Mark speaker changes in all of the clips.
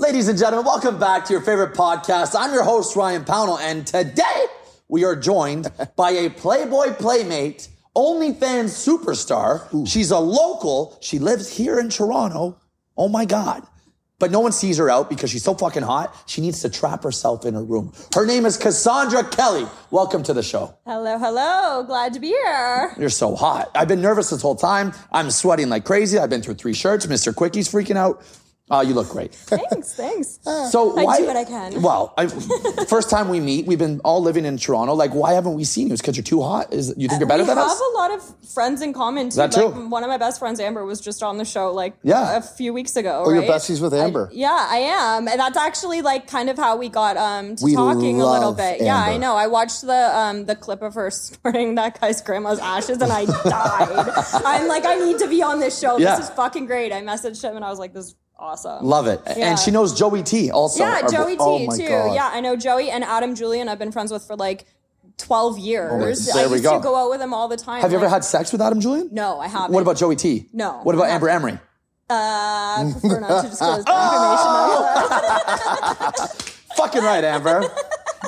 Speaker 1: Ladies and gentlemen, welcome back to your favorite podcast. I'm your host, Ryan Pownell, and today we are joined by a Playboy Playmate, OnlyFans superstar. She's a local. She lives here in Toronto. Oh my God. But no one sees her out because she's so fucking hot. She needs to trap herself in her room. Her name is Cassandra Kelly. Welcome to the show.
Speaker 2: Hello, hello. Glad to be here.
Speaker 1: You're so hot. I've been nervous this whole time. I'm sweating like crazy. I've been through three shirts. Mr. Quickie's freaking out. Uh, you look great.
Speaker 2: Thanks, thanks.
Speaker 1: So
Speaker 2: I
Speaker 1: why,
Speaker 2: do what I can.
Speaker 1: Well, I, first time we meet, we've been all living in Toronto. Like, why haven't we seen you? It's because you're too hot. Is you think you're better
Speaker 2: Uh, we
Speaker 1: than
Speaker 2: have
Speaker 1: us?
Speaker 2: a lot of friends in common too.
Speaker 1: That
Speaker 2: like
Speaker 1: too.
Speaker 2: one of my best friends, Amber, was just on the show like
Speaker 1: Yeah.
Speaker 2: a few weeks ago.
Speaker 3: Oh,
Speaker 2: right?
Speaker 3: you're besties with Amber.
Speaker 2: Yeah, I am, and that's actually like kind of how we got um to
Speaker 3: We
Speaker 2: talking a little
Speaker 3: love
Speaker 2: bit. Yeah, I
Speaker 3: Amber.
Speaker 2: know. I watched the um the clip of her squirting that guy's grandma's ashes, and I died. I'm like, I need to be on this show.
Speaker 1: Yeah.
Speaker 2: This is fucking great. I messaged him, and I was like, this is awesome.
Speaker 1: Love it.
Speaker 2: Yeah.
Speaker 1: And she knows Joey T also.
Speaker 2: Yeah,
Speaker 1: Our-
Speaker 2: Joey T
Speaker 3: oh my
Speaker 2: too.
Speaker 3: God.
Speaker 2: Yeah, I know Joey and Adam Julian. I've been friends with for like twelve years.
Speaker 1: Oh, there
Speaker 2: I
Speaker 1: we
Speaker 2: used
Speaker 1: go.
Speaker 2: to go out with him all the time.
Speaker 1: Have you ever
Speaker 2: like-
Speaker 1: had sex with Adam Julian?
Speaker 2: No, I haven't.
Speaker 1: What about Joey T?
Speaker 2: No,
Speaker 1: What about
Speaker 2: I
Speaker 1: Amber Emery?
Speaker 2: Uh, I prefer not to disclose that information.
Speaker 1: Fucking right, Amber.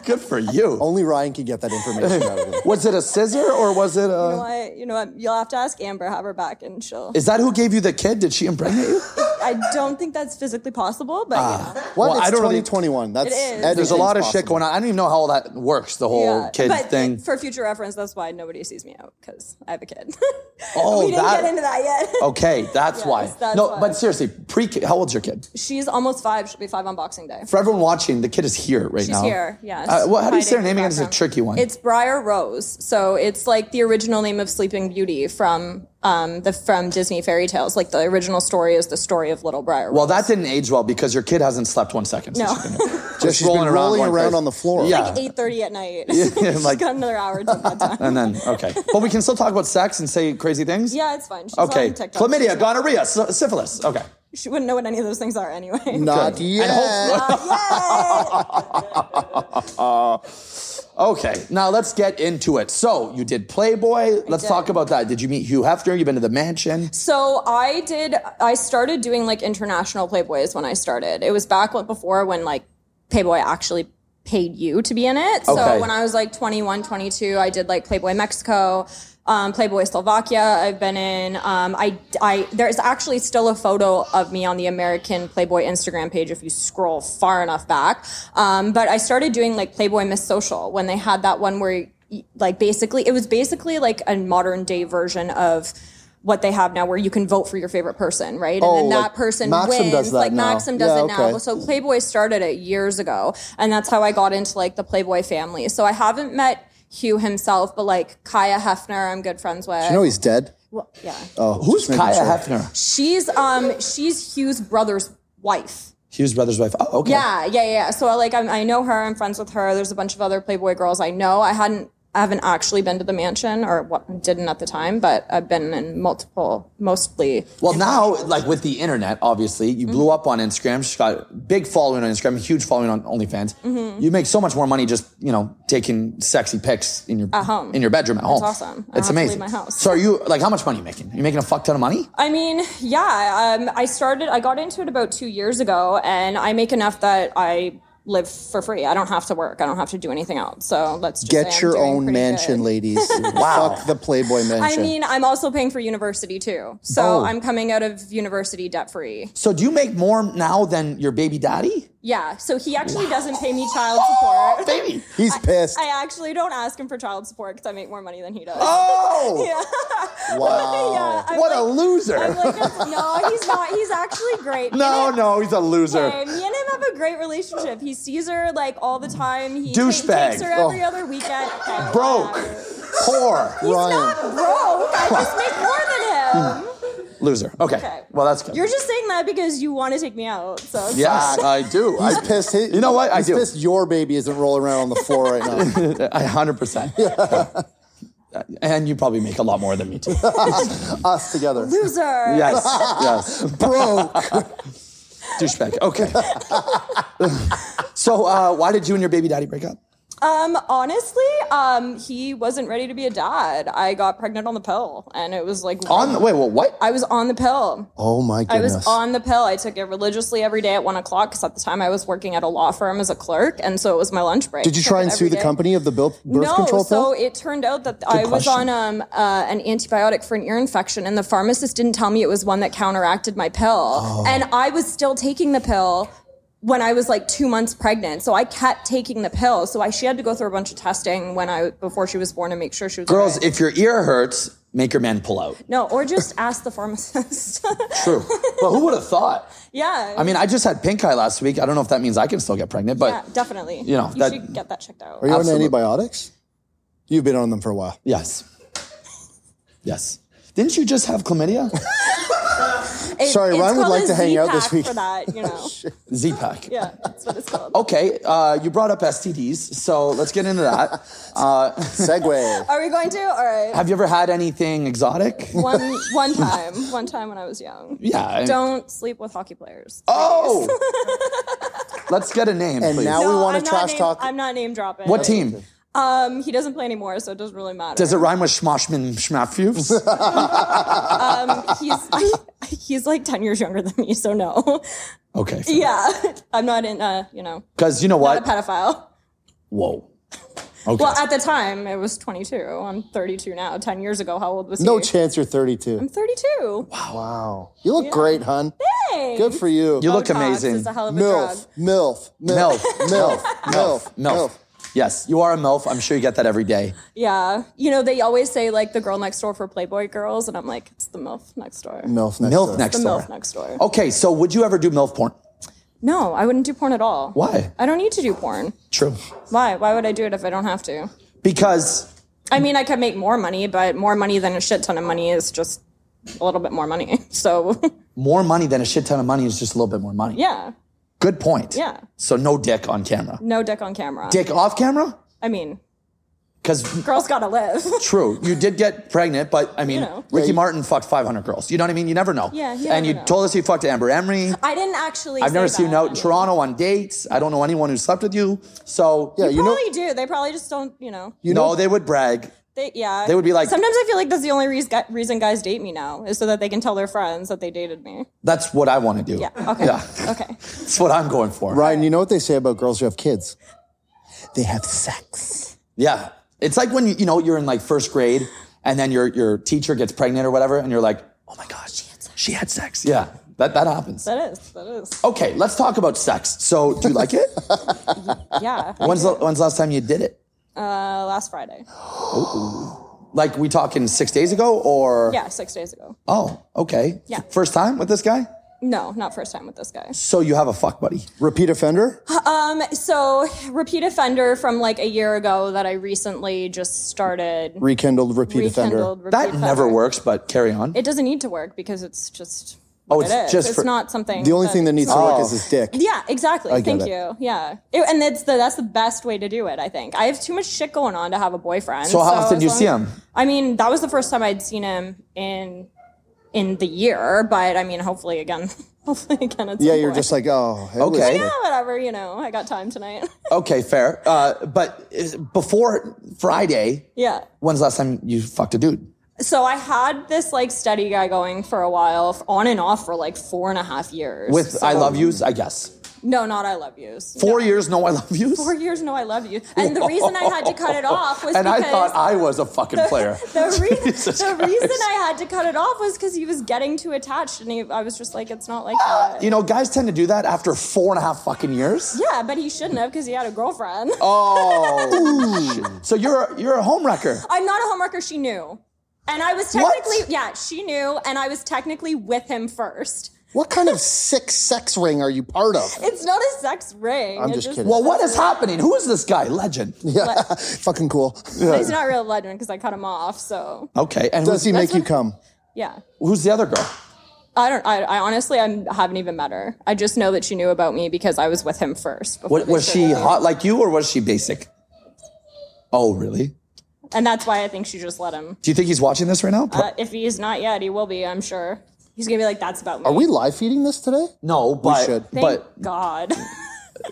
Speaker 1: Good for you.
Speaker 3: Only Ryan can get that information out of it.
Speaker 1: Was it a scissor or was it
Speaker 2: You know
Speaker 1: a?
Speaker 2: what? You know what? You'll have to ask Amber. Have her back, and she'll.
Speaker 1: Is that who gave you the kid? Did she impregnate you?
Speaker 2: I don't think that's physically possible, but you know.
Speaker 3: What?
Speaker 1: Well,
Speaker 3: it's
Speaker 1: I don't really-
Speaker 3: 2021. That's
Speaker 2: It is.
Speaker 1: There's a lot of shit
Speaker 3: anything's
Speaker 1: going on. I don't even know how all that works. The whole
Speaker 2: Yeah,
Speaker 1: kid
Speaker 2: but
Speaker 1: thing.
Speaker 2: for future reference, that's why nobody sees me out because I have a kid.
Speaker 1: Oh,
Speaker 2: we didn't
Speaker 1: that- Oh.
Speaker 2: get into that yet.
Speaker 1: okay, that's
Speaker 2: Yes,
Speaker 1: why.
Speaker 2: that's
Speaker 1: no,
Speaker 2: why.
Speaker 1: but seriously, pre. How old's your kid?
Speaker 2: She's almost five. She'll be five on Boxing Day.
Speaker 1: For everyone watching, the kid is here right
Speaker 2: She's
Speaker 1: now.
Speaker 2: here. Yes.
Speaker 1: Uh, well, how do you say her
Speaker 2: Hiding
Speaker 1: name
Speaker 2: in the
Speaker 1: again? It's a
Speaker 2: background.
Speaker 1: tricky one.
Speaker 2: It's Briar Rose. So it's like the original name of Sleeping Beauty from um, the from Disney fairy tales. Like the original story is the story of Little Briar Rose.
Speaker 1: well, that didn't age well because your kid hasn't slept one second. since
Speaker 2: No.
Speaker 1: she's been here.
Speaker 3: Just she's been rolling,
Speaker 1: going
Speaker 3: around,
Speaker 1: crazy.
Speaker 3: on the floor.
Speaker 1: Yeah.
Speaker 2: like eight thirty at night.
Speaker 1: yeah,
Speaker 2: She's
Speaker 1: like-
Speaker 2: got another hour to bedtime.
Speaker 1: And then okay, but we can still talk about sex and say crazy things.
Speaker 2: yeah, it's fine. She's
Speaker 1: Okay.
Speaker 2: on TikTok. She's
Speaker 1: Chlamydia,
Speaker 2: not-
Speaker 1: gonorrhea, sy- syphilis. Okay.
Speaker 2: She wouldn't know what any of those things are anyway. Uh,
Speaker 3: Not
Speaker 1: Good.
Speaker 3: yet.
Speaker 1: And hopefully-
Speaker 2: Yay!
Speaker 1: Okay. Now let's get into it. So you did Playboy. let's
Speaker 2: did.
Speaker 1: talk about that. Did you meet Hugh Hefner? You've been to the mansion.
Speaker 2: So I did. I started doing like international Playboys when I started. It was back when- before when like Playboy actually paid you to be in it.
Speaker 1: Okay.
Speaker 2: So when I was like 21, 22, I did like Playboy Mexico, um, Playboy Slovakia. I've been in. Um, I, I there's actually still a photo of me on the American Playboy Instagram page if you scroll far enough back. Um, but I started doing like Playboy Miss Social when they had that one where y- like basically it was basically like a modern day version of what they have now where you can vote for your favorite person, right?
Speaker 3: Oh,
Speaker 2: and then
Speaker 3: like
Speaker 2: that person
Speaker 3: Maxim
Speaker 2: wins.
Speaker 3: does that
Speaker 2: like
Speaker 3: now.
Speaker 2: Maxim does
Speaker 3: Yeah,
Speaker 2: it now.
Speaker 3: okay.
Speaker 2: So Playboy started it years ago, and that's how I got into like the Playboy family. So I haven't met Hugh himself, but like Kaya Hefner, I'm good friends with.
Speaker 3: You know he's dead.
Speaker 2: Well, yeah,
Speaker 3: Oh,
Speaker 1: Who's
Speaker 3: just making
Speaker 1: Kaya
Speaker 3: sure.
Speaker 1: Hefner?
Speaker 2: she's um she's Hugh's brother's wife.
Speaker 1: Hugh's brother's wife. Oh, okay.
Speaker 2: Yeah, yeah, yeah. So like I'm, I know her. I'm friends with her. There's a bunch of other Playboy girls I know. I hadn't. I haven't actually been to the mansion, or what, didn't at the time, but I've been in multiple, mostly.
Speaker 1: Well, now, like with the internet, obviously, you blew
Speaker 2: Mm-hmm.
Speaker 1: up on Instagram. She's got a big following on Instagram, huge following on OnlyFans.
Speaker 2: Mm-hmm.
Speaker 1: You make so much more money just, you know, taking sexy pics in your
Speaker 2: home.
Speaker 1: in your bedroom at home.
Speaker 2: awesome. I
Speaker 1: it's
Speaker 2: don't have to leave
Speaker 1: amazing.
Speaker 2: my house.
Speaker 1: So are you like how much money are you making? you making a fuck ton of money?
Speaker 2: I mean, yeah. Um, I started. I got into it about two years ago, and I make enough that I live for free. I don't have to work. I don't have to do anything else. So let's just say
Speaker 3: Get
Speaker 2: I'm
Speaker 3: your
Speaker 2: doing
Speaker 3: own
Speaker 2: pretty
Speaker 3: mansion,
Speaker 2: good.
Speaker 3: ladies. Fuck the Playboy
Speaker 2: I
Speaker 3: mansion.
Speaker 2: mean, I'm also paying for university too. So
Speaker 1: Oh.
Speaker 2: I'm coming out of university debt free.
Speaker 1: So do you make more now than your baby daddy? Oh,
Speaker 2: Yeah. So he actually doesn't pay me child support.
Speaker 1: Baby.
Speaker 3: he's pissed.
Speaker 2: I actually don't ask him for child support because I make more money than he does.
Speaker 1: Oh
Speaker 3: wow.
Speaker 2: Yeah, I'm
Speaker 1: what a
Speaker 2: like-
Speaker 1: loser.
Speaker 2: I'm like, no, he's not. He's actually great.
Speaker 1: no, no, he's a loser.
Speaker 2: Okay, me and him have a great relationship. He sees her like all the time. He ta-
Speaker 1: Douchebag.
Speaker 2: takes her
Speaker 3: Oh.
Speaker 2: every other weekend. Okay,
Speaker 1: Broke.
Speaker 2: whatever.
Speaker 1: Poor
Speaker 2: He's
Speaker 3: Ryan.
Speaker 2: not broke. I just make more than him.
Speaker 1: loser. Okay.
Speaker 2: Okay.
Speaker 1: Well, that's good.
Speaker 2: You're just saying that because you want to take me out. So it's
Speaker 1: yeah,
Speaker 2: fine.
Speaker 1: I do. I
Speaker 3: He's pissed. He,
Speaker 1: You know what? I
Speaker 3: He's
Speaker 1: do.
Speaker 3: pissed your baby isn't rolling around on the floor right now.
Speaker 1: I hundred percent. And you probably make a lot more than me too.
Speaker 3: Us together.
Speaker 2: loser.
Speaker 1: Yes, yes,
Speaker 3: Bro.
Speaker 1: douchebag. Okay. so, uh, why did you and your baby daddy break up?
Speaker 2: Um, honestly, um, he wasn't ready to be a dad. I got pregnant on the pill, and it was like
Speaker 3: On the, wait, well, what?
Speaker 2: I was on the pill.
Speaker 3: oh my
Speaker 2: I
Speaker 3: goodness.
Speaker 2: was on the pill. I took it religiously every day at one o'clock because at the time I was working at a law firm as a clerk, and so it was my lunch break.
Speaker 3: Did you
Speaker 2: Took
Speaker 3: try
Speaker 2: it
Speaker 3: and sue
Speaker 2: every
Speaker 3: the
Speaker 2: day.
Speaker 3: company of the birth, birth
Speaker 2: no,
Speaker 3: control
Speaker 2: so
Speaker 3: pill?
Speaker 2: it turned out that I was
Speaker 3: question.
Speaker 2: on um, uh, an antibiotic for an ear infection, and the pharmacist didn't tell me it was one that counteracted my pill,
Speaker 3: Oh.
Speaker 2: and I was still taking the pill when I was like two months pregnant. So I kept taking the pill. So I, she had to go through a bunch of testing when I before she was born to make sure she was
Speaker 1: Girls,
Speaker 2: okay.
Speaker 1: if your ear hurts, make your man pull out.
Speaker 2: no, or just ask the pharmacist.
Speaker 1: True. but who would have thought?
Speaker 2: yeah,
Speaker 1: I mean, I just had pink eye last week. I don't know if that means I can still get pregnant, but
Speaker 2: yeah, definitely.
Speaker 1: you know,
Speaker 2: you
Speaker 1: that-
Speaker 2: should get that checked out.
Speaker 3: Are you
Speaker 1: Absolutely.
Speaker 3: on antibiotics? You've been on them for a while.
Speaker 1: yes. Yes. Didn't you just have chlamydia?
Speaker 2: It-
Speaker 3: Sorry,
Speaker 2: it's
Speaker 3: Ryan would
Speaker 2: called
Speaker 3: like
Speaker 2: a
Speaker 3: to hang out this
Speaker 2: Z-Pack
Speaker 3: week. Oh.
Speaker 2: for that. You know,
Speaker 1: Z pack.
Speaker 2: yeah, that's what it's called.
Speaker 1: Okay, uh, you brought up STDs, so let's get into that. Uh,
Speaker 3: Segway.
Speaker 2: Are we going to? All right.
Speaker 1: have you ever had anything exotic?
Speaker 2: one one time, one time when I was young.
Speaker 1: Yeah. I-
Speaker 2: Don't sleep with hockey players.
Speaker 1: Oh! let's get a name,
Speaker 3: And
Speaker 1: please.
Speaker 3: now- we wanna
Speaker 2: I'm not
Speaker 3: trash
Speaker 2: name-
Speaker 3: talk-
Speaker 2: I'm not name dropping.
Speaker 1: what team?
Speaker 2: Um, he doesn't play anymore, so it doesn't really matter.
Speaker 1: Does it rhyme with Schmoshman Schmafufs?
Speaker 2: Um, he's he's like ten years younger than me, so no.
Speaker 1: Okay.
Speaker 2: Yeah, I'm not in. Uh, you know,
Speaker 1: Because you know
Speaker 2: not a
Speaker 1: what?
Speaker 2: pedophile.
Speaker 1: Whoa. Okay.
Speaker 2: Well, at the time, it was 22. I'm 32 now. 10 years ago, how old was
Speaker 3: No
Speaker 2: he?
Speaker 3: chance you're 32.
Speaker 2: 32.
Speaker 3: Wow. You look great, hun.
Speaker 2: Hey,
Speaker 3: Good for you.
Speaker 1: you look
Speaker 2: Botox
Speaker 1: amazing.
Speaker 2: Is a hell of a drug.
Speaker 3: MILF, MILF, MILF,
Speaker 1: MILF,
Speaker 3: MILF, MILF,
Speaker 1: MILF. Yes, you are a MILF. I'm sure you get that every day.
Speaker 2: Yeah, you know they always say like the girl next door for Playboy girls, and I'm like, it's the milf next door.
Speaker 3: MILF next.
Speaker 1: MILF
Speaker 3: door.
Speaker 1: next
Speaker 2: the
Speaker 1: door.
Speaker 2: milf next door.
Speaker 1: Okay, so would you ever do MILF porn?
Speaker 2: No, I wouldn't do porn at all.
Speaker 1: Why?
Speaker 2: I don't need to do porn.
Speaker 1: True.
Speaker 2: Why? Why would I do it if I don't have to?
Speaker 1: Because
Speaker 2: I mean, I could make more money, but more money than a shit ton of money is just a little bit more money. So
Speaker 1: more money than a shit ton of money is just a little bit more money.
Speaker 2: yeah,
Speaker 1: Good point.
Speaker 2: Yeah.
Speaker 1: So no dick on camera.
Speaker 2: no dick on camera.
Speaker 1: Dick off camera?
Speaker 2: I mean,
Speaker 1: Because
Speaker 2: girls gotta live.
Speaker 1: true, you did get pregnant, but I mean,
Speaker 2: You know.
Speaker 1: Ricky
Speaker 3: Yeah.
Speaker 1: Martin fucked 500 girls. You know what I mean? You never know.
Speaker 2: Yeah, you
Speaker 1: And
Speaker 2: never
Speaker 1: you
Speaker 2: know.
Speaker 1: told us you fucked Amber Emery.
Speaker 2: I didn't actually.
Speaker 1: I've
Speaker 2: say
Speaker 1: never seen you
Speaker 2: that.
Speaker 1: out in Toronto on dates. I don't know anyone who slept with you. So
Speaker 3: Yeah, you know,
Speaker 2: Probably do. They probably just don't. You know.
Speaker 1: you know they would brag.
Speaker 2: They, yeah.
Speaker 1: They would be like-
Speaker 2: Sometimes I feel like that's the only reas- gu- reason guys date me now is so that they can tell their friends that they dated me.
Speaker 1: That's what I want to do.
Speaker 2: Yeah. Okay.
Speaker 1: Yeah.
Speaker 2: Okay.
Speaker 1: That's what I'm going for.
Speaker 3: Ryan, you know what they say about girls who have kids? They have sex.
Speaker 1: Yeah. It's like when you, you know you're in like first grade and then your your teacher gets pregnant or whatever and you're like, "Oh my gosh, she had sex." Yeah. That that happens.
Speaker 2: That is. That is.
Speaker 1: Okay, let's talk about sex. So, do you like it?
Speaker 2: Yeah.
Speaker 1: when's the, when's the last time you did it?
Speaker 2: Uh, last Friday.
Speaker 1: Like we talking 6 days ago or
Speaker 2: Yeah, six days ago.
Speaker 1: Oh, okay.
Speaker 2: Yeah.
Speaker 1: First time with this guy?
Speaker 2: No, not first time with this guy.
Speaker 1: So you have a fuck buddy.
Speaker 3: Repeat offender?
Speaker 2: So, repeat offender from like a year ago that I recently just started.
Speaker 3: Rekindled repeat offender.
Speaker 2: rekindled, repeat
Speaker 1: That never
Speaker 2: offender.
Speaker 1: works, but carry on.
Speaker 2: It doesn't need to work because it's just.
Speaker 1: Oh,
Speaker 2: what
Speaker 1: it's
Speaker 2: it is.
Speaker 1: just
Speaker 2: it's
Speaker 1: for-
Speaker 2: not something.
Speaker 3: The only thing that needs to work is his dick.
Speaker 2: Yeah, exactly.
Speaker 3: get
Speaker 2: Thank
Speaker 3: it.
Speaker 2: you. Yeah, It- and that's the that's the best way to do it. I think I have too much shit going on to have a boyfriend.
Speaker 1: So how often
Speaker 2: as
Speaker 1: do you
Speaker 2: long-
Speaker 1: see him?
Speaker 2: I mean, that was the first time I'd seen him in in the year, but I mean, hopefully again, hopefully again. At some
Speaker 3: Yeah, you're
Speaker 2: point.
Speaker 3: just like, oh, it was
Speaker 1: Okay.
Speaker 3: good.
Speaker 2: yeah, whatever. You know, I got time tonight.
Speaker 1: Okay, fair. Uh, but is- before Friday,
Speaker 2: yeah.
Speaker 1: when's the last time you fucked a dude?
Speaker 2: So I had this like steady guy going for a while, f- on and off for like four and a half years.
Speaker 1: With
Speaker 2: So-
Speaker 1: I love yous, I guess.
Speaker 2: no, not I love yous.
Speaker 1: Four years, no I love yous.
Speaker 2: Four years, no, I love you. And the reason I had to cut it off was
Speaker 1: and I
Speaker 2: because
Speaker 1: thought I was a fucking player.
Speaker 2: the, re-
Speaker 1: Jesus
Speaker 2: the
Speaker 1: Christ.
Speaker 2: reason I had to cut it off was because he was getting too attached, and he, I was just like, it's not like that.
Speaker 1: You know, guys tend to do that after four and a half fucking years.
Speaker 2: Yeah, but he shouldn't have because he had a girlfriend.
Speaker 1: Oh, shit. so you're you're a homewrecker.
Speaker 2: I'm not a homewrecker. She knew, and I was
Speaker 1: What?
Speaker 2: technically yeah, she knew, and I was technically with him first.
Speaker 3: What kind of sick sex ring are you part of?
Speaker 2: It's not a sex ring.
Speaker 3: I'm
Speaker 2: It
Speaker 3: just kidding.
Speaker 1: Well, what is happening? Who is this guy? Legend.
Speaker 3: Yeah, fucking cool.
Speaker 2: He's not a real legend because I cut him off. So
Speaker 1: Okay, and
Speaker 3: Does
Speaker 1: who's,
Speaker 3: he make you
Speaker 2: what-
Speaker 3: come?
Speaker 2: yeah.
Speaker 1: who's the other girl?
Speaker 2: I don't. I, I honestly, I haven't even met her. I just know that she knew about me because I was with him first. before
Speaker 1: What,
Speaker 2: they
Speaker 1: was
Speaker 2: started
Speaker 1: she
Speaker 2: dating.
Speaker 1: hot like you, or was she basic? Oh, really?
Speaker 2: And that's why I think she just let him.
Speaker 1: Do you think he's watching this right now? Pro-
Speaker 2: Uh, if he's not yet, he will be. I'm sure. He's gonna be like, "That's about me."
Speaker 3: Are we live feeding this today?
Speaker 1: no, but
Speaker 3: should.
Speaker 2: Thank
Speaker 1: but
Speaker 2: God.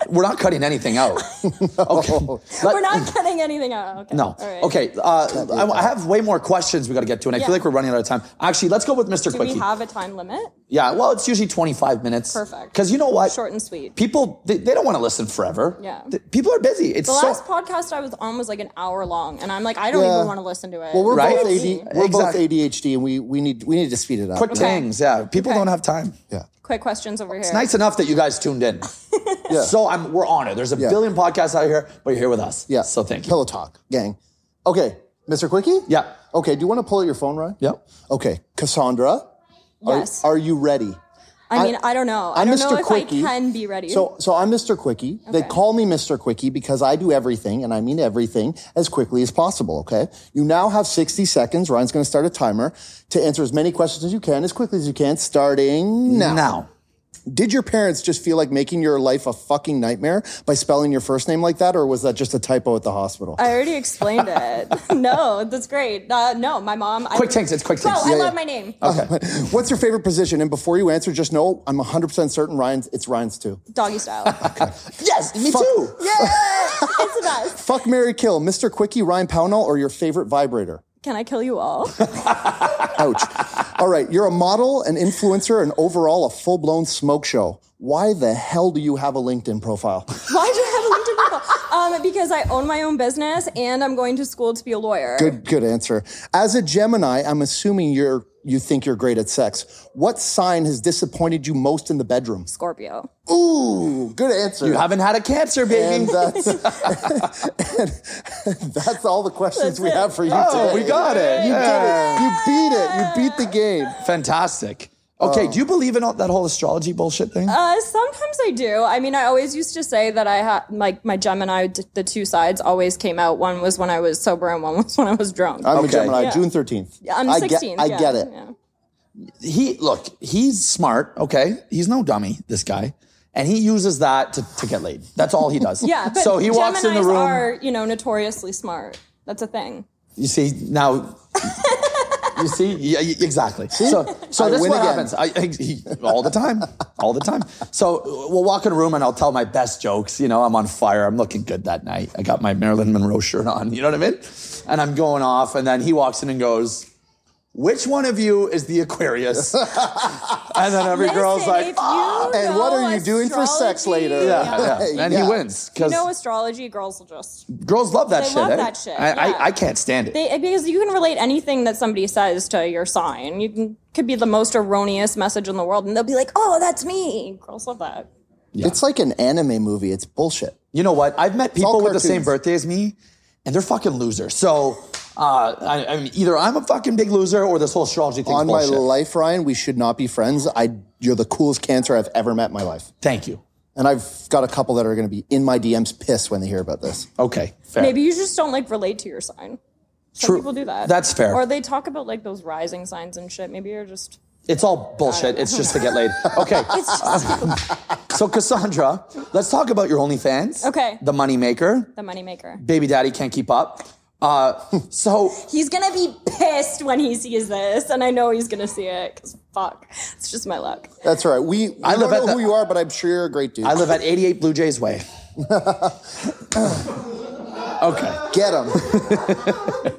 Speaker 1: we're not cutting anything out. Okay.
Speaker 3: Oh.
Speaker 1: Let-
Speaker 2: We're not cutting anything out. Okay.
Speaker 1: No.
Speaker 2: All right.
Speaker 1: Okay. Uh, I, I have way more questions we got to get to, and I
Speaker 2: Yeah.
Speaker 1: feel like we're running out of time. Actually, let's go with Mr.
Speaker 2: Do
Speaker 1: Quickie.
Speaker 2: we have a time limit?
Speaker 1: yeah. Well, it's usually 25 minutes.
Speaker 2: Perfect.
Speaker 1: Because you know what?
Speaker 2: Short and sweet.
Speaker 1: People they, they don't want to listen forever.
Speaker 2: Yeah.
Speaker 1: Th- people are busy. It's
Speaker 2: the
Speaker 1: so
Speaker 2: last podcast I was on was like an hour long, and I'm like, I don't
Speaker 3: Yeah.
Speaker 2: even want to listen to it.
Speaker 3: Well, we're
Speaker 1: Right?
Speaker 3: both AD, we're both
Speaker 1: Exactly.
Speaker 3: ADHD, and we we need we need to speed it up.
Speaker 1: quick
Speaker 2: Okay.
Speaker 1: things. Yeah. People
Speaker 2: Okay.
Speaker 1: don't have time.
Speaker 3: Yeah.
Speaker 2: quick questions over here.
Speaker 1: It's nice enough that you guys tuned in.
Speaker 3: Yeah.
Speaker 1: So I'm we're on it. There's a
Speaker 3: Yeah.
Speaker 1: billion podcasts out here, but you're here with us.
Speaker 3: Yeah.
Speaker 1: So thank you.
Speaker 3: Pillow talk, gang. Okay, Mr. Quickie.
Speaker 1: Yeah.
Speaker 3: Okay. Do you want to pull out your phone, Ryan?
Speaker 1: Yep.
Speaker 3: Okay, Cassandra. Are,
Speaker 2: Yes.
Speaker 3: are you ready?
Speaker 2: I mean, I don't know. I
Speaker 3: I'm
Speaker 2: don't
Speaker 3: Mr.
Speaker 2: know if
Speaker 3: Quickie.
Speaker 2: I can be ready.
Speaker 3: So, so I'm Mr. Quickie. They
Speaker 2: Okay.
Speaker 3: call me Mr. Quickie because I do everything, and I mean everything, as quickly as possible. Okay. You now have 60 seconds. Ryan's going to start a timer to answer as many questions as you can, as quickly as you can, starting now.
Speaker 1: Now.
Speaker 3: Did your parents just feel like making your life a fucking nightmare by spelling your first name like that, or was that just a typo at the hospital?
Speaker 2: I already explained it. no, that's great. Uh, no, my mom. I,
Speaker 1: Quick takes, it's quick
Speaker 2: Bro,
Speaker 1: takes.
Speaker 2: I
Speaker 1: Yeah,
Speaker 2: love
Speaker 3: yeah.
Speaker 2: my name.
Speaker 3: What's your favorite position? And before you answer, just know I'm 100% certain Ryan's. It's Ryan's too.
Speaker 2: Doggy style.
Speaker 1: Yes, me
Speaker 3: Fuck.
Speaker 1: too.
Speaker 2: yeah, it's the best.
Speaker 3: Fuck Mary Kill, Mr. Quickie, Ryan Pownall, or your favorite vibrator.
Speaker 2: Can I kill you all?
Speaker 3: Ouch. All right, you're a model, an influencer, and overall a full blown smoke show. Why the hell do you have a LinkedIn profile?
Speaker 2: Why do you have a LinkedIn profile? Um, because I own my own business and I'm going to school to be a lawyer.
Speaker 3: Good, good answer. As a Gemini, I'm assuming you're you think you're great at sex. What sign has disappointed you most in the bedroom?
Speaker 2: Scorpio.
Speaker 3: Ooh, good answer.
Speaker 1: You haven't had a cancer, baby.
Speaker 3: and uh, that's and that's all the questions we have for you
Speaker 1: Oh,
Speaker 3: today.
Speaker 1: we got it.
Speaker 3: You did it. You beat it. You beat the game.
Speaker 1: Fantastic. Okay, do you
Speaker 3: Um,
Speaker 1: believe in all, that whole astrology bullshit thing?
Speaker 2: Uh, sometimes I do. I mean, I always used to say that I had like my Gemini. d- The two sides always came out. One was when I was sober, and one was when I was drunk.
Speaker 3: I'm
Speaker 1: Okay.
Speaker 3: a Gemini.
Speaker 2: Yeah.
Speaker 3: June 13th.
Speaker 2: I'm
Speaker 3: I
Speaker 2: 16.
Speaker 3: Get, I
Speaker 2: yeah,
Speaker 3: get it.
Speaker 2: yeah.
Speaker 1: he look, he's smart. Okay, he's no dummy. This guy, and he uses that to, to get laid. That's all he does.
Speaker 2: Yeah, but
Speaker 1: so he walks in the
Speaker 2: Geminis
Speaker 1: room.
Speaker 2: Are you know notoriously smart? That's a thing.
Speaker 1: You see now. You see, yeah, y- exactly. So, so
Speaker 3: I
Speaker 1: Oh, this is
Speaker 3: win
Speaker 1: what
Speaker 3: again.
Speaker 1: happens I, I- he- all the time, all the time. So we'll walk in a room and I'll tell my best jokes. You know, I'm on fire. I'm looking good that night. I got my Marilyn Monroe shirt on. You know what I mean? And I'm going off. And then he walks in and goes, "Which one of you is the Aquarius?" and then every girl's
Speaker 2: Listen,
Speaker 1: like,
Speaker 2: if
Speaker 1: "Ah."
Speaker 2: you
Speaker 3: And what
Speaker 2: know
Speaker 3: are you doing for sex
Speaker 2: astrology-
Speaker 3: later?
Speaker 1: Yeah, yeah. and
Speaker 3: Yeah.
Speaker 1: he wins
Speaker 2: You
Speaker 1: because
Speaker 2: know astrology, girls will just
Speaker 1: girls love that
Speaker 2: they
Speaker 1: shit.
Speaker 2: love
Speaker 1: eh?
Speaker 2: that shit,
Speaker 1: I,
Speaker 2: yeah.
Speaker 1: I, I can't stand it.
Speaker 2: they because you can relate anything that somebody says to your sign. You can could be the most erroneous message in the world, and they'll be like, "Oh, that's me." Girls love that.
Speaker 3: It's like an anime movie. It's bullshit.
Speaker 1: You know what? I've met
Speaker 3: all
Speaker 1: people with the same
Speaker 3: cartoons.
Speaker 1: birthday as me, and they're fucking losers. So, uh, I, I mean, either I'm a fucking big loser or this whole astrology thing.
Speaker 3: On
Speaker 1: bullshit.
Speaker 3: my life, Ryan, we should not be friends. I, you're the coolest cancer I've ever met in my life.
Speaker 1: Thank you.
Speaker 3: And I've got a couple that are going to be in my DMs pissed when they hear about this.
Speaker 1: Okay, fair.
Speaker 2: Maybe you just don't like relate to your sign. Some
Speaker 1: True.
Speaker 2: people do that.
Speaker 1: That's fair.
Speaker 2: Or they talk about like those rising signs and shit. Maybe you're just
Speaker 1: It's all bullshit. It's just to get laid. Okay. so, Cassandra, let's talk about your OnlyFans.
Speaker 2: Okay.
Speaker 1: The moneymaker.
Speaker 2: the moneymaker.
Speaker 1: Baby daddy can't keep up. Uh, so,
Speaker 2: He's gonna be pissed when he sees this, and I know he's gonna see it because fuck, it's just my luck.
Speaker 3: That's all right. We, I
Speaker 1: live
Speaker 3: don't
Speaker 1: at
Speaker 3: know
Speaker 1: the-
Speaker 3: who you are, but I'm sure you're a great dude.
Speaker 1: I live at 88 Blue Jays Way. okay.
Speaker 3: Get him.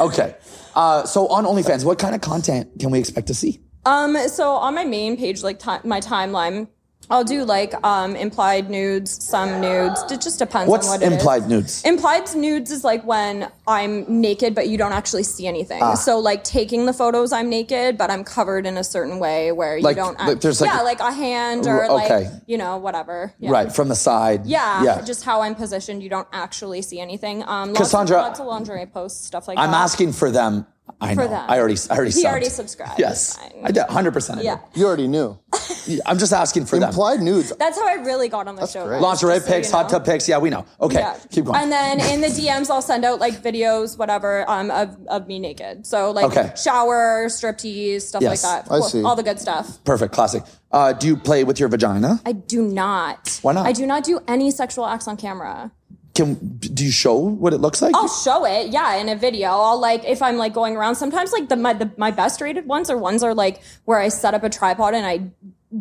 Speaker 1: Okay. Uh, so, on OnlyFans, what kind of content can we expect to see?
Speaker 2: Um, so on my main page, like ti- my timeline, I'll do like um implied nudes, some nudes. It just depends
Speaker 1: What's
Speaker 2: on what it is.
Speaker 1: implied nudes?
Speaker 2: Implied nudes is like when I'm naked, but you don't actually see anything.
Speaker 1: Ah.
Speaker 2: So like taking the photos, I'm naked, but I'm covered in a certain way where
Speaker 1: Like-
Speaker 2: you don't.
Speaker 1: like there's, like,
Speaker 2: yeah, like a hand or
Speaker 1: R- okay.
Speaker 2: like you know whatever. Yeah.
Speaker 1: Right, from the side.
Speaker 2: Yeah,
Speaker 1: Yeah.
Speaker 2: just how I'm positioned. You don't actually see anything. Um, lots
Speaker 1: Cassandra-
Speaker 2: of, lots of lingerie posts, stuff like
Speaker 1: I'm
Speaker 2: that.
Speaker 1: asking for them. I know.
Speaker 2: uh, for them.
Speaker 1: I already, I already
Speaker 2: He
Speaker 1: subbed.
Speaker 2: already subscribed.
Speaker 1: Yes.
Speaker 2: It's fine.
Speaker 1: I did, 100%. I
Speaker 2: Yeah.
Speaker 3: You already knew.
Speaker 1: did. I'm just asking for them.
Speaker 3: Implied nudes.
Speaker 2: That's how I really got on the show.
Speaker 3: great.
Speaker 2: guys,
Speaker 1: Lingerie
Speaker 2: just so you
Speaker 1: pics,
Speaker 2: know.
Speaker 1: hot tub pics. Yeah, we know. Okay,
Speaker 2: Yeah.
Speaker 1: keep going.
Speaker 2: And then in the DMs, I'll send out like videos, whatever, um, of, of me naked. So like
Speaker 1: Okay.
Speaker 2: shower, striptease, stuff
Speaker 1: Yes,
Speaker 2: like that.
Speaker 3: I see.
Speaker 2: All the good stuff.
Speaker 1: Perfect, classic. Uh, do you play with your vagina?
Speaker 2: I do not.
Speaker 1: Why not?
Speaker 2: I do not do any sexual acts on camera.
Speaker 1: Can do you show what it looks like?
Speaker 2: I'll show it, yeah, in a video. I'll like if I'm like going around. Sometimes like the my the, my best rated ones are ones are like where I set up a tripod and I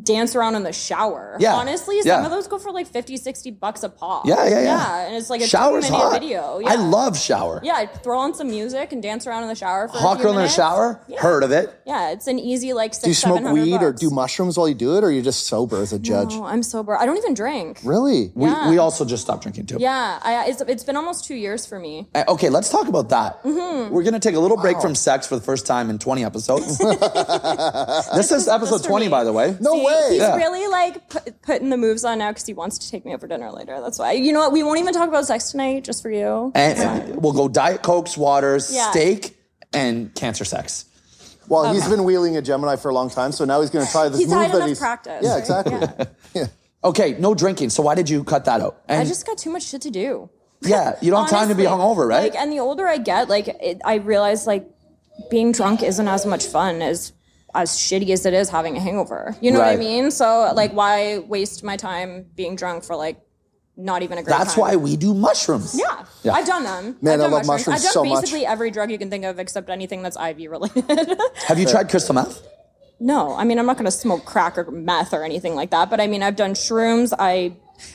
Speaker 2: dance around in the shower.
Speaker 1: Yeah.
Speaker 2: Honestly, some
Speaker 1: Yeah.
Speaker 2: of those go for like 50, 60 bucks a pop.
Speaker 1: Yeah, yeah, yeah.
Speaker 2: Yeah. And it's like a
Speaker 1: Shower's
Speaker 2: two minute
Speaker 1: hot.
Speaker 2: video. Yeah.
Speaker 1: I love shower.
Speaker 2: Yeah, I'd throw on some music and dance around in the shower for
Speaker 1: Hot
Speaker 2: a few
Speaker 1: girl in the
Speaker 2: minutes.
Speaker 1: shower.
Speaker 2: Yeah.
Speaker 1: Heard of it?
Speaker 2: Yeah, it's an easy like six,
Speaker 3: Do you smoke
Speaker 2: 700
Speaker 3: weed or
Speaker 2: bucks.
Speaker 3: do mushrooms while you do it, or you're just sober as a judge?
Speaker 2: No, I'm sober. I don't even drink.
Speaker 3: Really?
Speaker 1: We,
Speaker 2: Yeah.
Speaker 1: we also just stopped drinking too.
Speaker 2: Yeah, I, it's, it's been almost two years for me.
Speaker 1: Uh, Okay, let's talk about that.
Speaker 2: Mm-hmm.
Speaker 1: We're gonna take a little break from sex for the first time in 20 episodes. this is
Speaker 2: is-
Speaker 1: episode
Speaker 2: this for
Speaker 1: 20,
Speaker 2: me.
Speaker 1: by the way.
Speaker 3: No
Speaker 2: See,
Speaker 3: way.
Speaker 2: He's
Speaker 1: Yeah.
Speaker 2: really like put, putting the moves on now because he wants to take me out for dinner later. That's why. You know what? We won't even talk about sex tonight, just for you.
Speaker 1: And, and we'll go diet cokes, waters,
Speaker 2: Yeah.
Speaker 1: steak, and cancer sex.
Speaker 3: Well, he's been wheeling a Gemini for a long time, so now he's going to try this
Speaker 2: Um, He's
Speaker 3: move
Speaker 2: had
Speaker 3: that
Speaker 2: enough
Speaker 3: he's.
Speaker 2: practice.
Speaker 3: Yeah,
Speaker 2: right?
Speaker 3: exactly.
Speaker 2: Yeah.
Speaker 1: Okay, no drinking. So why did you cut that out? And
Speaker 2: I just got too much shit to do.
Speaker 1: yeah, you don't have time to be
Speaker 2: Honestly,
Speaker 1: hungover, right?
Speaker 2: Like, and the older I get, like it, I realize like being drunk isn't as much fun as as shitty as it is having a hangover. You know what I
Speaker 1: Right.
Speaker 2: mean? So like, why waste my time being drunk for like not even a great?
Speaker 1: That's
Speaker 2: time?
Speaker 1: why we do mushrooms.
Speaker 2: Yeah. I've done them.
Speaker 3: Man,
Speaker 2: I've
Speaker 3: I
Speaker 2: done
Speaker 3: love mushrooms
Speaker 2: I've done
Speaker 3: so much.
Speaker 2: basically every drug you can think of except anything that's IV related.
Speaker 1: Have you tried crystal meth?
Speaker 2: no, I mean I'm not going to smoke crack or meth or anything like that. But I mean I've done shrooms. I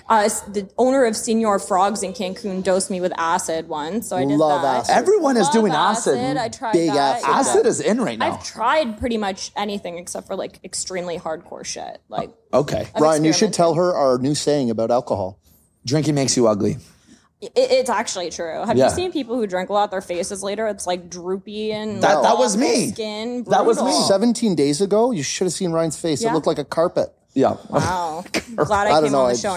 Speaker 2: uh, s- the owner of Senior Frogs in Cancun dosed me with acid once, so I did
Speaker 3: Love
Speaker 2: that.
Speaker 3: acid.
Speaker 1: Everyone is
Speaker 2: Love
Speaker 1: doing acid.
Speaker 2: I tried
Speaker 3: Big
Speaker 2: that.
Speaker 3: acid.
Speaker 2: yeah.
Speaker 1: Acid is in right now.
Speaker 2: I've tried pretty much anything except for like extremely hardcore shit. Like
Speaker 1: okay.
Speaker 3: Ryan, you should
Speaker 2: experimented.
Speaker 3: tell her our new saying about alcohol.
Speaker 1: Drinking makes you ugly.
Speaker 2: it, it's actually true. Have
Speaker 1: Yeah.
Speaker 2: you seen people who drink a lot? Their faces later, it's like droopy and
Speaker 1: That-
Speaker 2: like,
Speaker 1: that was
Speaker 2: awful
Speaker 1: me.
Speaker 2: Skin.
Speaker 1: That was
Speaker 2: brutal.
Speaker 1: me.
Speaker 3: 17 days ago, you should have seen Ryan's face. It
Speaker 2: Oh. Yeah.
Speaker 3: looked like a carpet.
Speaker 1: Yeah.
Speaker 2: Wow. I'm glad I,
Speaker 3: don't
Speaker 2: came
Speaker 3: know,
Speaker 2: on the
Speaker 3: I-
Speaker 2: show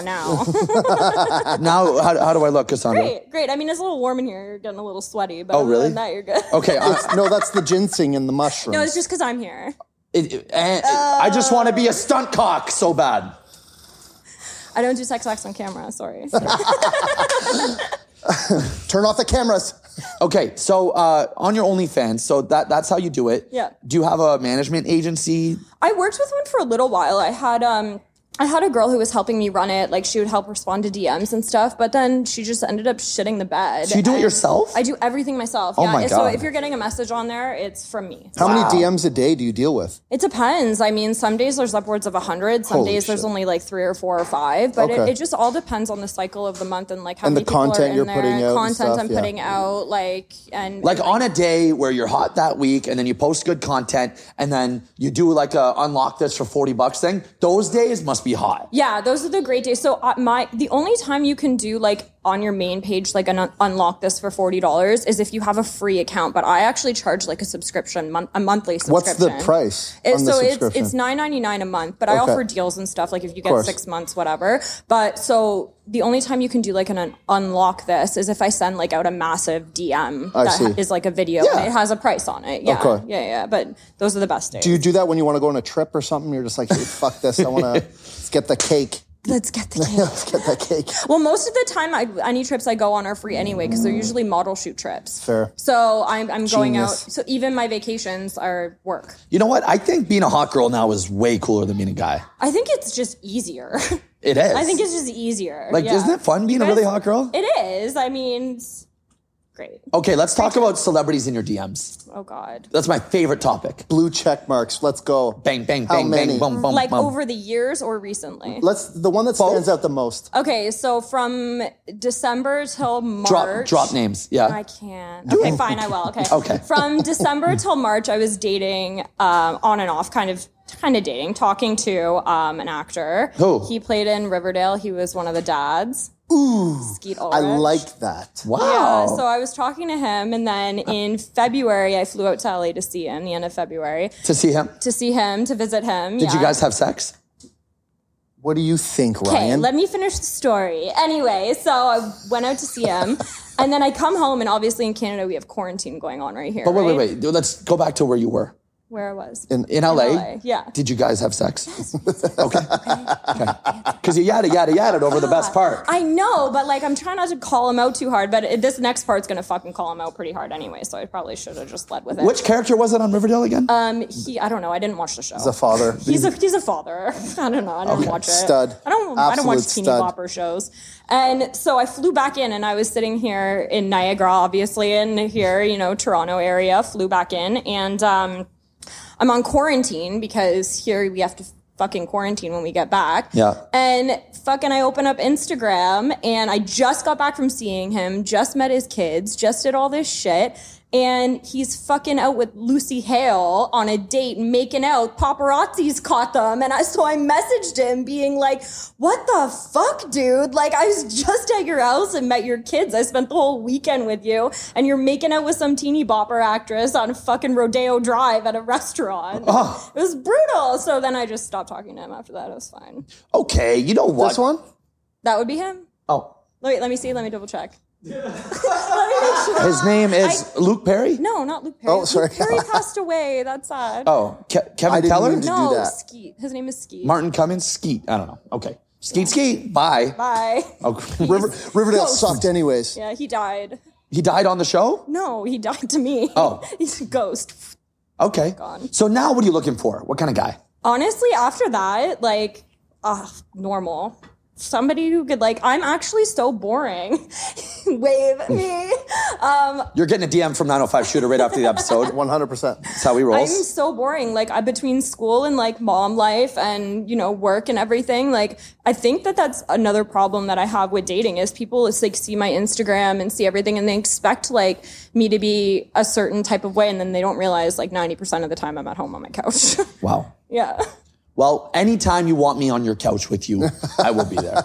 Speaker 2: now.
Speaker 1: now, how, how do I look, Cassandra?
Speaker 2: great, great. I mean, it's a little warm in here. You're getting a little sweaty, but other
Speaker 1: Oh, really?
Speaker 2: than that, you're good.
Speaker 1: Okay. I,
Speaker 3: No, that's the ginseng and the mushroom.
Speaker 2: No, it's just because I'm here.
Speaker 1: it, it- and- I just want to
Speaker 2: Oh.
Speaker 1: be a stunt cock so bad.
Speaker 2: I don't do sex acts on camera. Sorry.
Speaker 3: Turn off the cameras.
Speaker 1: Okay, so uh, on your OnlyFans, so that that's how you do it.
Speaker 2: Yeah.
Speaker 1: Do you have a management agency?
Speaker 2: I worked with one for a little while. I had um I had a girl who was helping me run it. Like she would help respond to DMs and stuff, but then she just ended up shitting the bed.
Speaker 1: Do you do it
Speaker 2: And
Speaker 1: yourself? Oh
Speaker 2: I do everything myself. yeah.
Speaker 1: my
Speaker 2: So
Speaker 1: God.
Speaker 2: if you're getting a message on there, it's from me.
Speaker 3: How many DMs a day do you deal with?
Speaker 2: It depends. I mean, some days there's upwards of 100. Some
Speaker 3: Holy
Speaker 2: days there's
Speaker 3: shit.
Speaker 2: only like three or four or five. But it,
Speaker 3: Okay.
Speaker 2: it just all depends on the cycle of the month and like how
Speaker 3: And the
Speaker 2: many people are
Speaker 3: content
Speaker 2: in
Speaker 3: you're
Speaker 2: there,
Speaker 3: putting out and
Speaker 2: content
Speaker 3: stuff,
Speaker 2: I'm
Speaker 3: yeah.
Speaker 2: putting out, like and
Speaker 1: Like on a day where you're hot that week, and then you post good content, and then you do like a unlock this for forty bucks thing. Those days must be hot.
Speaker 2: Yeah, those are the great days. So uh, my the only time you can do like on your main page like an un- unlock this for forty dollars is if you have a free account. But I actually charge like a subscription, mon- a monthly subscription.
Speaker 3: What's the price
Speaker 2: It-
Speaker 3: on the
Speaker 2: so it's
Speaker 3: subscription?
Speaker 2: it's nine ninety nine a month, but I
Speaker 3: Okay.
Speaker 2: offer deals and stuff. Like if you get
Speaker 3: course.
Speaker 2: six months, whatever. But so the only time you can do like an un- unlock this is if I send like out a massive DM that
Speaker 3: see.
Speaker 2: is like a video
Speaker 1: Yeah.
Speaker 2: and it has a price on it. Yeah,
Speaker 3: Okay.
Speaker 2: yeah, yeah. But those are the best days.
Speaker 3: Do you do that when you want to go on a trip or something? You're just like, hey, fuck this. I want to let's get the cake.
Speaker 2: Let's get the game.
Speaker 3: let's get that cake.
Speaker 2: Well, most of the time, I, any trips I go on are free anyway because they're usually model shoot trips.
Speaker 3: Fair.
Speaker 2: So I'm, I'm going out.
Speaker 3: Genius.
Speaker 2: So even my vacations are work.
Speaker 1: You know what? I think being a hot girl now is way cooler than being a guy.
Speaker 2: I think it's just easier.
Speaker 1: It is.
Speaker 2: I think it's just easier.
Speaker 1: like,
Speaker 2: yeah.
Speaker 1: isn't it fun being a really hot girl?
Speaker 2: It is. I mean, it's great.
Speaker 1: Okay, let's talk about celebrities in your DMs.
Speaker 2: Oh God.
Speaker 1: That's my favorite topic.
Speaker 3: Blue check marks. Let's go.
Speaker 1: Bang, bang,
Speaker 3: How
Speaker 1: bang, bang,
Speaker 3: many?
Speaker 1: boom, boom,
Speaker 2: Like
Speaker 1: boom.
Speaker 2: over the years or recently.
Speaker 3: Let's the one that stands out the most.
Speaker 2: Okay, so from December till March.
Speaker 1: drop, drop names. Yeah.
Speaker 2: I can't. Okay, fine, I will. Okay.
Speaker 1: Okay.
Speaker 2: From December till March, I was dating um, on and off, kind of, kind of dating, talking to um, an actor.
Speaker 1: Who?
Speaker 2: He played in Riverdale. He was one of the dads. Ooh. Skeet Ulrich.
Speaker 3: I like that.
Speaker 1: wow.
Speaker 2: Yeah, so I was talking to him, and then
Speaker 1: Uh.
Speaker 2: in February, I flew out to LA to see him. The end of February
Speaker 1: to see him.
Speaker 2: to see him to visit him.
Speaker 1: Did you guys have sex?
Speaker 3: What do you think,
Speaker 2: Okay,
Speaker 3: Ryan?
Speaker 2: let me finish the story. Anyway, so I went out to see him, and then I come home, and obviously in Canada we have quarantine going on right here.
Speaker 1: But wait,
Speaker 2: right?
Speaker 1: wait, wait. Let's go back to where you were
Speaker 2: Where I was.
Speaker 1: in LA.
Speaker 2: LA, yeah.
Speaker 1: Did you guys have sex? okay. Because you yada yada yada over the best part.
Speaker 2: Uh, I know, but like I'm trying not to call him out too hard. But it- this next part's gonna fucking call him out pretty hard anyway. So I probably should have just led with it.
Speaker 1: Which character was it on Riverdale again?
Speaker 2: um, he, I don't know. I didn't watch the show.
Speaker 3: the father.
Speaker 2: He's a he's a father. I don't know. I don't watch it.
Speaker 3: Stud.
Speaker 2: I don't. I don't watch
Speaker 3: Absolute
Speaker 2: teeny
Speaker 3: stud.
Speaker 2: bopper shows. And so I flew back in, and I was sitting here in Niagara, obviously, and here, you know, Toronto area. Flew back in, and um, I'm on quarantine because here we have to fucking quarantine when we get back.
Speaker 1: Yeah.
Speaker 2: And fucking, I open up Instagram and I just got back from seeing him, just met his kids, just did all this shit. And he's fucking out with Lucy Hale on a date, making out. Paparazzi's caught them, and I so I messaged him, being like, "What the fuck, dude? Like, I was just at your house and met your kids. I spent the whole weekend with you, and you're making out with some teeny bopper actress on fucking Rodeo Drive at a restaurant.
Speaker 3: Oh.
Speaker 2: It was brutal. So then I just stopped talking to him after that. It was fine.
Speaker 1: Okay, you know what?
Speaker 3: This one?
Speaker 2: That would be him.
Speaker 1: Oh,
Speaker 2: Wait, let me see. Let me double check. Let me make sure.
Speaker 1: his name is Luke Perry.
Speaker 2: No, not Luke Perry.
Speaker 3: Oh, sorry.
Speaker 2: Luke Perry passed away. That's sad.
Speaker 1: Oh, Ke- Kevin
Speaker 3: I didn't
Speaker 1: Keller,
Speaker 3: mean to-
Speaker 2: no,
Speaker 3: do that.
Speaker 2: Skeet. His name is Skeet.
Speaker 1: Martin Cummins, Skeet. I don't know. Okay, Skeet, Skeet. Bye. Oh,
Speaker 2: Bye.
Speaker 1: Okay.
Speaker 3: River, Riverdale
Speaker 2: Close.
Speaker 3: sucked anyways.
Speaker 2: Yeah, he died.
Speaker 1: He died on the show.
Speaker 2: No, he died to me.
Speaker 1: Oh.
Speaker 2: he's a ghost.
Speaker 1: Okay.
Speaker 2: Gone.
Speaker 1: So now, what are you looking for? What kind of guy?
Speaker 2: Honestly, after that, like, ah, normal. Somebody who could like, I'm actually so boring. Wave me.
Speaker 1: You're getting a DM from 905 Shooter right after the episode.
Speaker 3: 100%.
Speaker 1: That's how he
Speaker 2: I'm
Speaker 1: rolls.
Speaker 2: so boring. Like I between school and like mom life and you know work and everything. Like I think that that's another problem that I have with dating is people is like see my Instagram and see everything and they expect like me to be a certain type of way and then they don't realize like 90% of the time I'm at home on my couch.
Speaker 1: wow.
Speaker 2: yeah.
Speaker 1: Well, anytime you want me on your couch with you, I will be there.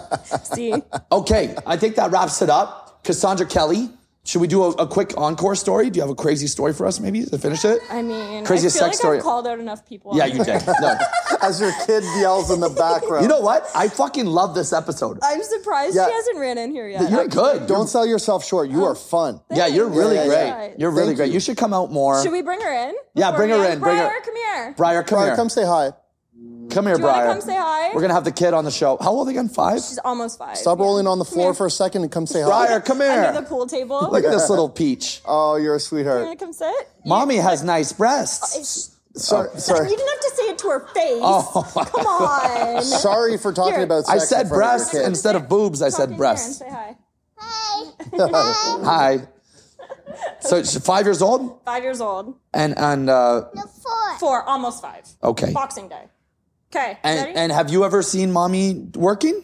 Speaker 2: See.
Speaker 1: Okay, I think that wraps it up. Cassandra Kelly, should we do a, a quick encore story? Do you have a crazy story for us, maybe, to finish it?
Speaker 2: I mean,
Speaker 1: Craziest
Speaker 2: I
Speaker 1: sex
Speaker 2: feel like
Speaker 1: story.
Speaker 2: I've called out enough people.
Speaker 1: yeah, you did. No.
Speaker 3: As your kid yells in the background.
Speaker 1: You know what? I fucking love this episode.
Speaker 2: I'm surprised
Speaker 3: Yeah.
Speaker 2: she hasn't ran in here yet.
Speaker 1: You're good.
Speaker 3: Don't sell yourself short. You are fun.
Speaker 1: yeah, you're really
Speaker 3: Yeah, yeah,
Speaker 1: great.
Speaker 2: yeah.
Speaker 1: You're really
Speaker 3: Thank
Speaker 1: great.
Speaker 3: you.
Speaker 1: You should come out more.
Speaker 2: Should we bring her in?
Speaker 1: Yeah,
Speaker 2: Before
Speaker 1: bring her
Speaker 2: we
Speaker 1: in,
Speaker 2: end?
Speaker 1: bring her-
Speaker 2: Briar, come here.
Speaker 1: Briar, come
Speaker 3: Briar,
Speaker 1: here.
Speaker 3: come say hi.
Speaker 1: come here,
Speaker 2: Do you wanna
Speaker 1: Briar.
Speaker 2: come say hi?
Speaker 1: We're gonna have the kid on the show. How old again? Five.
Speaker 2: She's almost five.
Speaker 3: Stop
Speaker 2: Yeah.
Speaker 3: rolling on the
Speaker 2: Come
Speaker 3: floor
Speaker 2: here.
Speaker 3: for a second and come say hi.
Speaker 1: Briar, come
Speaker 2: Under the
Speaker 1: here.
Speaker 2: pool table.
Speaker 1: Look at this little peach.
Speaker 3: Oh, you're a
Speaker 2: You
Speaker 3: sweetheart.
Speaker 2: want to come sit?
Speaker 1: Mommy has nice
Speaker 2: Oh,
Speaker 1: breasts.
Speaker 3: Sorry,
Speaker 2: You
Speaker 3: sorry,
Speaker 2: didn't have to say it to her face.
Speaker 1: Oh.
Speaker 2: Come on.
Speaker 3: sorry for talking
Speaker 2: Here.
Speaker 3: about
Speaker 1: I
Speaker 3: sex.
Speaker 1: said
Speaker 3: in front of your
Speaker 1: breasts
Speaker 3: kid.
Speaker 1: instead of boobs. I
Speaker 2: Talk in
Speaker 1: said
Speaker 2: here
Speaker 1: breasts.
Speaker 2: and say hi.
Speaker 1: Hi. So she's five years old
Speaker 2: Five years old.
Speaker 1: and and uh,
Speaker 2: Four, almost five.
Speaker 1: okay.
Speaker 2: Boxing day. Okay. ready?
Speaker 1: And, and have you ever seen mommy working?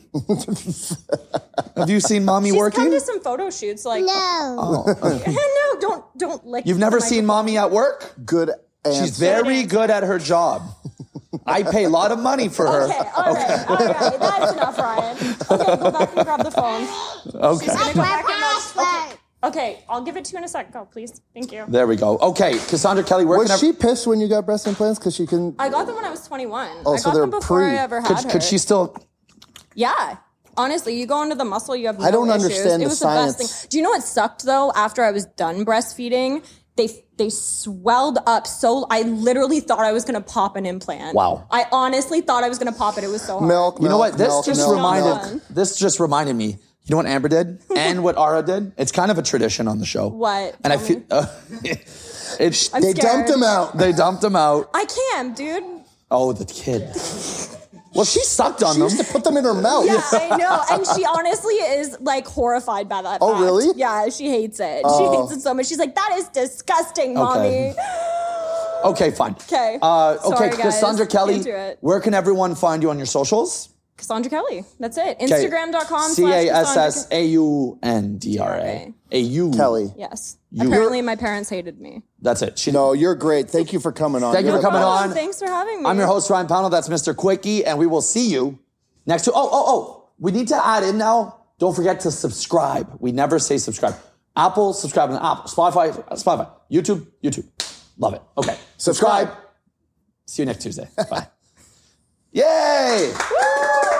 Speaker 1: have you seen mommy
Speaker 2: She's
Speaker 1: working?
Speaker 2: come to some photo shoots. Like,
Speaker 4: No.
Speaker 1: Oh.
Speaker 2: no, don't, don't lick.
Speaker 1: You've
Speaker 2: the
Speaker 1: never seen
Speaker 2: microphone.
Speaker 1: mommy at work?
Speaker 3: Good answer.
Speaker 1: She's very good at her job. I pay a lot of money for her.
Speaker 2: Okay, all right, all right. That's enough, Ryan. Okay, go back and grab the phone.
Speaker 1: Okay.
Speaker 2: Gonna go back and watch-
Speaker 4: Password.
Speaker 2: Okay, I'll give it to you in a sec. Go, please. Thank you.
Speaker 1: There we go. Okay, Cassandra Kelly, where can
Speaker 3: Was
Speaker 1: I-
Speaker 3: she pissed when you got breast implants? Because she can.
Speaker 2: I got them when I was 21.
Speaker 3: Oh,
Speaker 2: I got
Speaker 3: so
Speaker 2: them
Speaker 3: they're
Speaker 2: before
Speaker 3: pre-
Speaker 2: I ever had
Speaker 1: could,
Speaker 2: her.
Speaker 1: could she still?
Speaker 2: Yeah. Honestly, you go into the muscle, you have no
Speaker 3: I don't
Speaker 2: issues.
Speaker 3: understand
Speaker 2: it
Speaker 3: the
Speaker 2: was the best
Speaker 3: science.
Speaker 2: thing. Do you know what sucked though? After I was done breastfeeding, they they swelled up so I literally thought I was gonna pop an implant.
Speaker 1: Wow.
Speaker 2: I honestly thought I was gonna pop it. It was so hard.
Speaker 3: Milk.
Speaker 1: You know what? This
Speaker 3: milk,
Speaker 1: just
Speaker 3: milk,
Speaker 1: reminded.
Speaker 3: milk.
Speaker 2: milk.
Speaker 1: This just reminded me. You know what Amber did, and what Ara did. It's kind of a tradition on the show.
Speaker 2: What?
Speaker 1: And I
Speaker 2: Tell
Speaker 1: feel
Speaker 2: me.
Speaker 1: uh, it's
Speaker 2: I'm
Speaker 3: They
Speaker 2: scared.
Speaker 3: dumped him out.
Speaker 1: they dumped him out.
Speaker 2: I can, dude.
Speaker 1: Oh, the kid. Well, she sucked on
Speaker 3: She
Speaker 1: them.
Speaker 3: used to put them in her mouth.
Speaker 2: Yeah, I know. And she honestly is like horrified by that.
Speaker 3: Oh,
Speaker 2: fact.
Speaker 3: really?
Speaker 2: Yeah, she hates it. She hates it so much. She's like, that is disgusting,
Speaker 1: Oh. Okay.
Speaker 2: mommy.
Speaker 1: Okay, fine.
Speaker 2: Okay.
Speaker 1: Uh, okay,
Speaker 2: Sorry, guys.
Speaker 1: Cassandra Kelly.
Speaker 2: Into it.
Speaker 1: Where can everyone find you on your socials?
Speaker 2: Cassandra Kelly. That's it.
Speaker 1: Okay.
Speaker 2: Instagram.com. slash
Speaker 1: C A S
Speaker 2: Cassandra-
Speaker 1: S A U N D R A. A U
Speaker 3: Kelly.
Speaker 2: Yes.
Speaker 1: You-
Speaker 2: Apparently, my parents hated me.
Speaker 1: That's it. She
Speaker 3: No, you're great. Thank you for coming on.
Speaker 1: Thank you
Speaker 3: You're
Speaker 1: for
Speaker 3: the
Speaker 1: coming
Speaker 3: best.
Speaker 1: on.
Speaker 2: Thanks for having me.
Speaker 1: I'm your host, Ryan Poundle. That's Mr. Quickie, and we will see you next to. Oh, oh, oh. We need to add in now. Don't forget to subscribe. We never say subscribe. Apple, subscribe on Apple. Spotify, Spotify. YouTube, YouTube. Love it. Okay. Subscribe. See you next Tuesday. Bye. Yay!